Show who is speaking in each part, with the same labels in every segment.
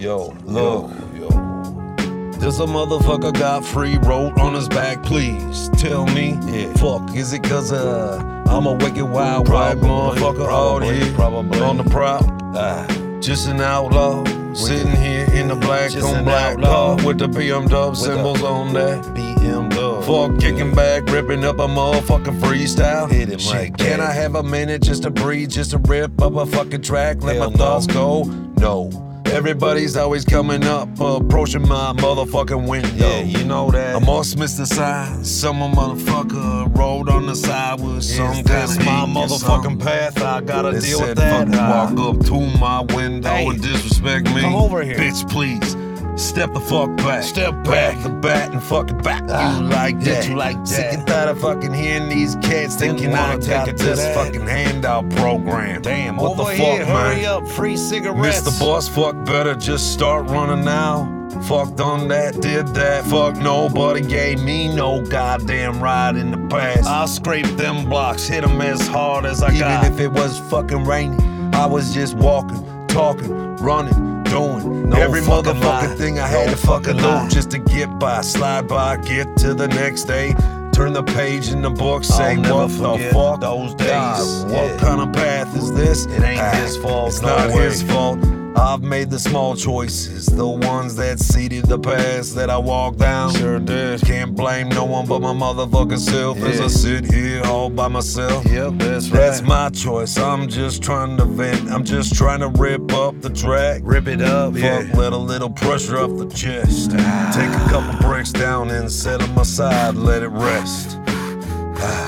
Speaker 1: Yo, look. Yo. Does a motherfucker got free road on his back? Please tell me.
Speaker 2: Yeah.
Speaker 1: Fuck, is it cause uh, I'm a wicked wild white
Speaker 2: Probably,
Speaker 1: motherfucker out
Speaker 2: probably,
Speaker 1: here
Speaker 2: probably.
Speaker 1: on the prowl? Just an outlaw sitting here in the black
Speaker 2: Just
Speaker 1: on
Speaker 2: an
Speaker 1: black
Speaker 2: outlaw.
Speaker 1: car with the BMW symbols on that. Fuck kicking back, ripping up a motherfucking freestyle.
Speaker 2: Hit it
Speaker 1: Shit,
Speaker 2: like
Speaker 1: can
Speaker 2: that.
Speaker 1: I have a minute just to breathe, just to rip up a fucking track? Let
Speaker 2: Hell no.
Speaker 1: my thoughts go. No, everybody's always coming up, approaching my motherfucking window.
Speaker 2: Yeah, you know that.
Speaker 1: I'm all Smith's the side. Some a motherfucker rolled on the side with some
Speaker 2: Is this
Speaker 1: kind of
Speaker 2: my motherfucking
Speaker 1: path. I gotta
Speaker 2: They
Speaker 1: deal with
Speaker 2: said
Speaker 1: that.
Speaker 2: fucking
Speaker 1: walk up to my window
Speaker 2: Hey,
Speaker 1: and disrespect me.
Speaker 2: come over here.
Speaker 1: Bitch, please. Step the fuck back.
Speaker 2: Step
Speaker 1: Grab
Speaker 2: back.
Speaker 1: The bat and fucking back
Speaker 2: Ah,
Speaker 1: you like
Speaker 2: hit
Speaker 1: that.
Speaker 2: you like
Speaker 1: Sick
Speaker 2: that.
Speaker 1: and tired of fucking hearing these cats
Speaker 2: Didn't
Speaker 1: thinking I
Speaker 2: wanna take
Speaker 1: got
Speaker 2: it to
Speaker 1: this
Speaker 2: that.
Speaker 1: fucking handout program.
Speaker 2: Damn,
Speaker 1: what
Speaker 2: over
Speaker 1: the
Speaker 2: here,
Speaker 1: fuck,
Speaker 2: hurry
Speaker 1: man?
Speaker 2: up, free cigarettes.
Speaker 1: Mr. Boss, fuck better, just start running now. Fuck done that, did that. Fuck nobody gave me no goddamn ride in the past.
Speaker 2: I scraped them blocks, hit them as hard as I
Speaker 1: Even
Speaker 2: got.
Speaker 1: if it was fucking raining, I was just walking, talking, running, doing
Speaker 2: No
Speaker 1: every
Speaker 2: fucking
Speaker 1: motherfucking
Speaker 2: lie.
Speaker 1: thing I
Speaker 2: No
Speaker 1: had to fucking
Speaker 2: fucking lie.
Speaker 1: do just to get by, slide by, get to the next day. Turn the page in the book, say
Speaker 2: I'll never
Speaker 1: what the
Speaker 2: forget
Speaker 1: fuck
Speaker 2: those days.
Speaker 1: God, what
Speaker 2: Yeah.
Speaker 1: kind of path is this? Ah,
Speaker 2: It ain't his fault,
Speaker 1: It's
Speaker 2: no
Speaker 1: not
Speaker 2: way.
Speaker 1: his fault. I've made the small choices, the ones that seeded the paths that I walked down.
Speaker 2: Sure did.
Speaker 1: Can't blame no one but my motherfucking self as
Speaker 2: Yeah.
Speaker 1: I sit here all by myself.
Speaker 2: Yep, that's right.
Speaker 1: That's my choice. I'm just trying to vent. I'm just trying to rip up the track.
Speaker 2: Rip it up,
Speaker 1: Fuck,
Speaker 2: yeah.
Speaker 1: let a little pressure off the chest. Take a couple breaks down and set 'em aside, let it rest.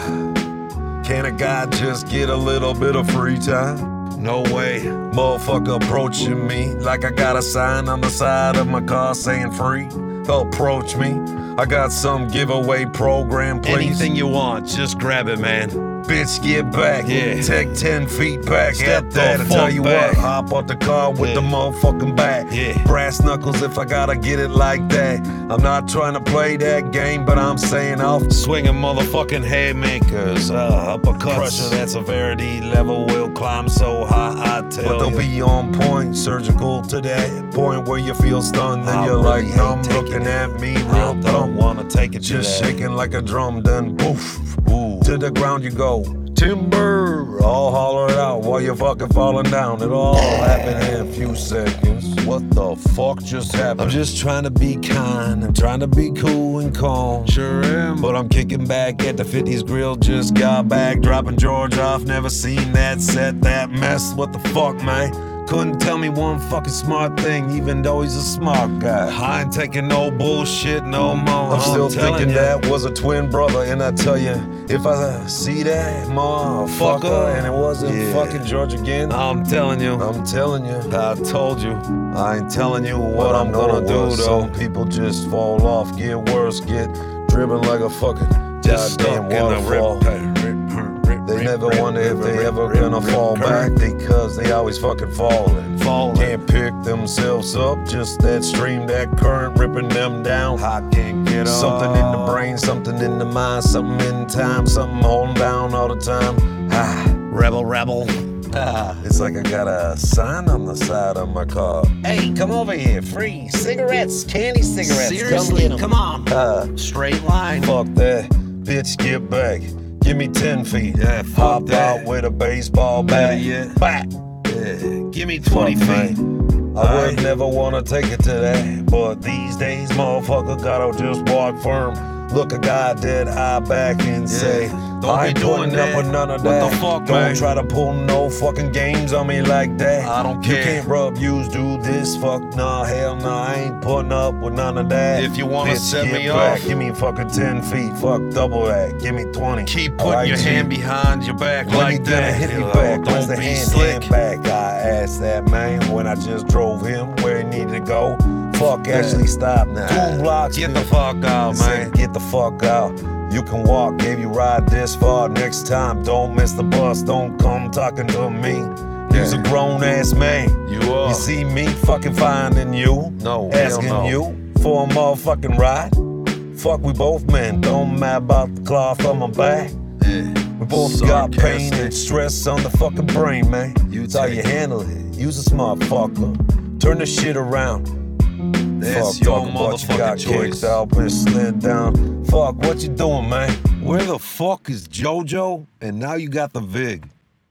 Speaker 1: Can a guy just get a little bit of free time?
Speaker 2: No way.
Speaker 1: Motherfucker approaching me like I got a sign on the side of my car saying free. Approach me. I got some giveaway program, please.
Speaker 2: Anything you want, just grab it, man.
Speaker 1: Bitch, get back.
Speaker 2: Yeah.
Speaker 1: Take 10 feet back.
Speaker 2: Step
Speaker 1: Step that.
Speaker 2: the
Speaker 1: I tell
Speaker 2: fuck
Speaker 1: you
Speaker 2: back.
Speaker 1: what, hop out the car with
Speaker 2: Yeah.
Speaker 1: the motherfucking back.
Speaker 2: Yeah.
Speaker 1: Brass knuckles if I gotta get it like that. I'm not trying to play that game, but I'm saying I'll
Speaker 2: Swinging motherfucking haymakers, uh, uppercuts. Pressure that's a verity level will climb so high, I
Speaker 1: But
Speaker 2: tell
Speaker 1: they'll
Speaker 2: you.
Speaker 1: be on point, surgical to that point where you feel stunned. Then
Speaker 2: I
Speaker 1: you're
Speaker 2: really
Speaker 1: like,
Speaker 2: hate
Speaker 1: I'm
Speaker 2: taking
Speaker 1: looking
Speaker 2: it.
Speaker 1: at me
Speaker 2: I
Speaker 1: real
Speaker 2: don't
Speaker 1: dumb.
Speaker 2: wanna take it
Speaker 1: Just
Speaker 2: to that.
Speaker 1: shaking like a drum, then poof.
Speaker 2: Ooh.
Speaker 1: To the ground you go. Timber! All hollered out while you're fucking falling down. It all happened in a few seconds.
Speaker 2: What the fuck just happened?
Speaker 1: I'm just trying to be kind. I'm trying to be cool and calm.
Speaker 2: sure am.
Speaker 1: But I'm kicking back at the 50s grill. Just got back, dropping George off. Never seen that set, that mess. What the fuck, man? Couldn't tell me one fucking smart thing, even though he's a smart guy.
Speaker 2: I ain't taking no bullshit no more.
Speaker 1: I'm still
Speaker 2: telling
Speaker 1: thinking
Speaker 2: ya.
Speaker 1: that was a twin brother, and I tell you, if I see that motherfucker and it wasn't
Speaker 2: Yeah.
Speaker 1: fucking George again,
Speaker 2: I'm telling you.
Speaker 1: I'm telling you.
Speaker 2: I told you.
Speaker 1: I ain't telling you what
Speaker 2: But I
Speaker 1: I'm
Speaker 2: know
Speaker 1: gonna
Speaker 2: it
Speaker 1: do
Speaker 2: was.
Speaker 1: though. People just fall off, get worse, get driven like a fucking
Speaker 2: Just
Speaker 1: goddamn
Speaker 2: stuck in a
Speaker 1: waterfall.
Speaker 2: rip, rip, rip,
Speaker 1: They
Speaker 2: rip,
Speaker 1: never
Speaker 2: rip,
Speaker 1: wonder if
Speaker 2: rip,
Speaker 1: they
Speaker 2: rip,
Speaker 1: ever
Speaker 2: rip,
Speaker 1: gonna
Speaker 2: rip,
Speaker 1: fall back
Speaker 2: curve,
Speaker 1: because they always fucking falling.
Speaker 2: Falling.
Speaker 1: Can't pick themselves up, just that stream, that current ripping them down.
Speaker 2: I can't get up.
Speaker 1: Something in the brain, something in the mind, something in time, something holding down all the time. Ah,
Speaker 2: Rebel, rebel. Ah.
Speaker 1: it's like I got a sign on the side of my car.
Speaker 2: Hey, come over here. Free cigarettes, candy cigarettes.
Speaker 3: Seriously, come on.
Speaker 1: Ah.
Speaker 3: Straight line.
Speaker 1: Fuck that, bitch, get back. Give me 10 feet.
Speaker 2: Yeah, fuck
Speaker 1: Hop
Speaker 2: that.
Speaker 1: out with a baseball bat.
Speaker 2: Better yet.
Speaker 1: Bat.
Speaker 2: Give me 20
Speaker 1: Fuck,
Speaker 2: feet.
Speaker 1: man. I would never wanna take it to that, but these days, motherfucker, gotta just walk firm. Look a guy dead eye back and say,
Speaker 2: Don't
Speaker 1: I
Speaker 2: be
Speaker 1: ain't
Speaker 2: doing
Speaker 1: putting
Speaker 2: that.
Speaker 1: up with none of
Speaker 2: What
Speaker 1: that.
Speaker 2: the fuck,
Speaker 1: Don't
Speaker 2: man?
Speaker 1: try to pull no fucking games on me like that.
Speaker 2: I don't
Speaker 1: You
Speaker 2: care.
Speaker 1: can't rub, use, do this. Fuck nah, hell nah, I ain't putting up with none of that.
Speaker 2: If you wanna
Speaker 1: Bitch,
Speaker 2: set
Speaker 1: get
Speaker 2: me
Speaker 1: back.
Speaker 2: off.
Speaker 1: give me fucking ten feet. Fuck double that. Give me twenty.
Speaker 2: Keep
Speaker 1: All right,
Speaker 2: putting your
Speaker 1: G.
Speaker 2: hand behind your back
Speaker 1: When he
Speaker 2: like
Speaker 1: done
Speaker 2: that.
Speaker 1: hit me
Speaker 2: you know,
Speaker 1: back, where's
Speaker 2: Don't
Speaker 1: the
Speaker 2: be
Speaker 1: hand,
Speaker 2: slick.
Speaker 1: hand back? I asked that man when I just drove him where he needed to go. Fuck, actually stop now. Two blocks.
Speaker 2: Get the fuck out, man.
Speaker 1: man. Get the fuck out. You can walk, gave you ride this far. Next time, don't miss the bus. Don't come talking to me. He's a
Speaker 2: Yeah.
Speaker 1: grown ass man.
Speaker 2: You are.
Speaker 1: You see me fucking finding you,
Speaker 2: No, hell
Speaker 1: asking
Speaker 2: no.
Speaker 1: you for a motherfucking ride. Fuck, we both men. Don't matter about the cloth on my back. We both got pain and stress on the fucking brain, man.
Speaker 2: You
Speaker 1: It's how
Speaker 2: take
Speaker 1: you
Speaker 2: it.
Speaker 1: handle it. Use a smart fucker. Turn this shit around.
Speaker 2: That's
Speaker 1: Fuck
Speaker 2: your
Speaker 1: talking about you got
Speaker 2: motherfucking choice.
Speaker 1: kicked out, been slid down. Fuck, what you doing, man? Where the fuck is JoJo? And now you got the Vig.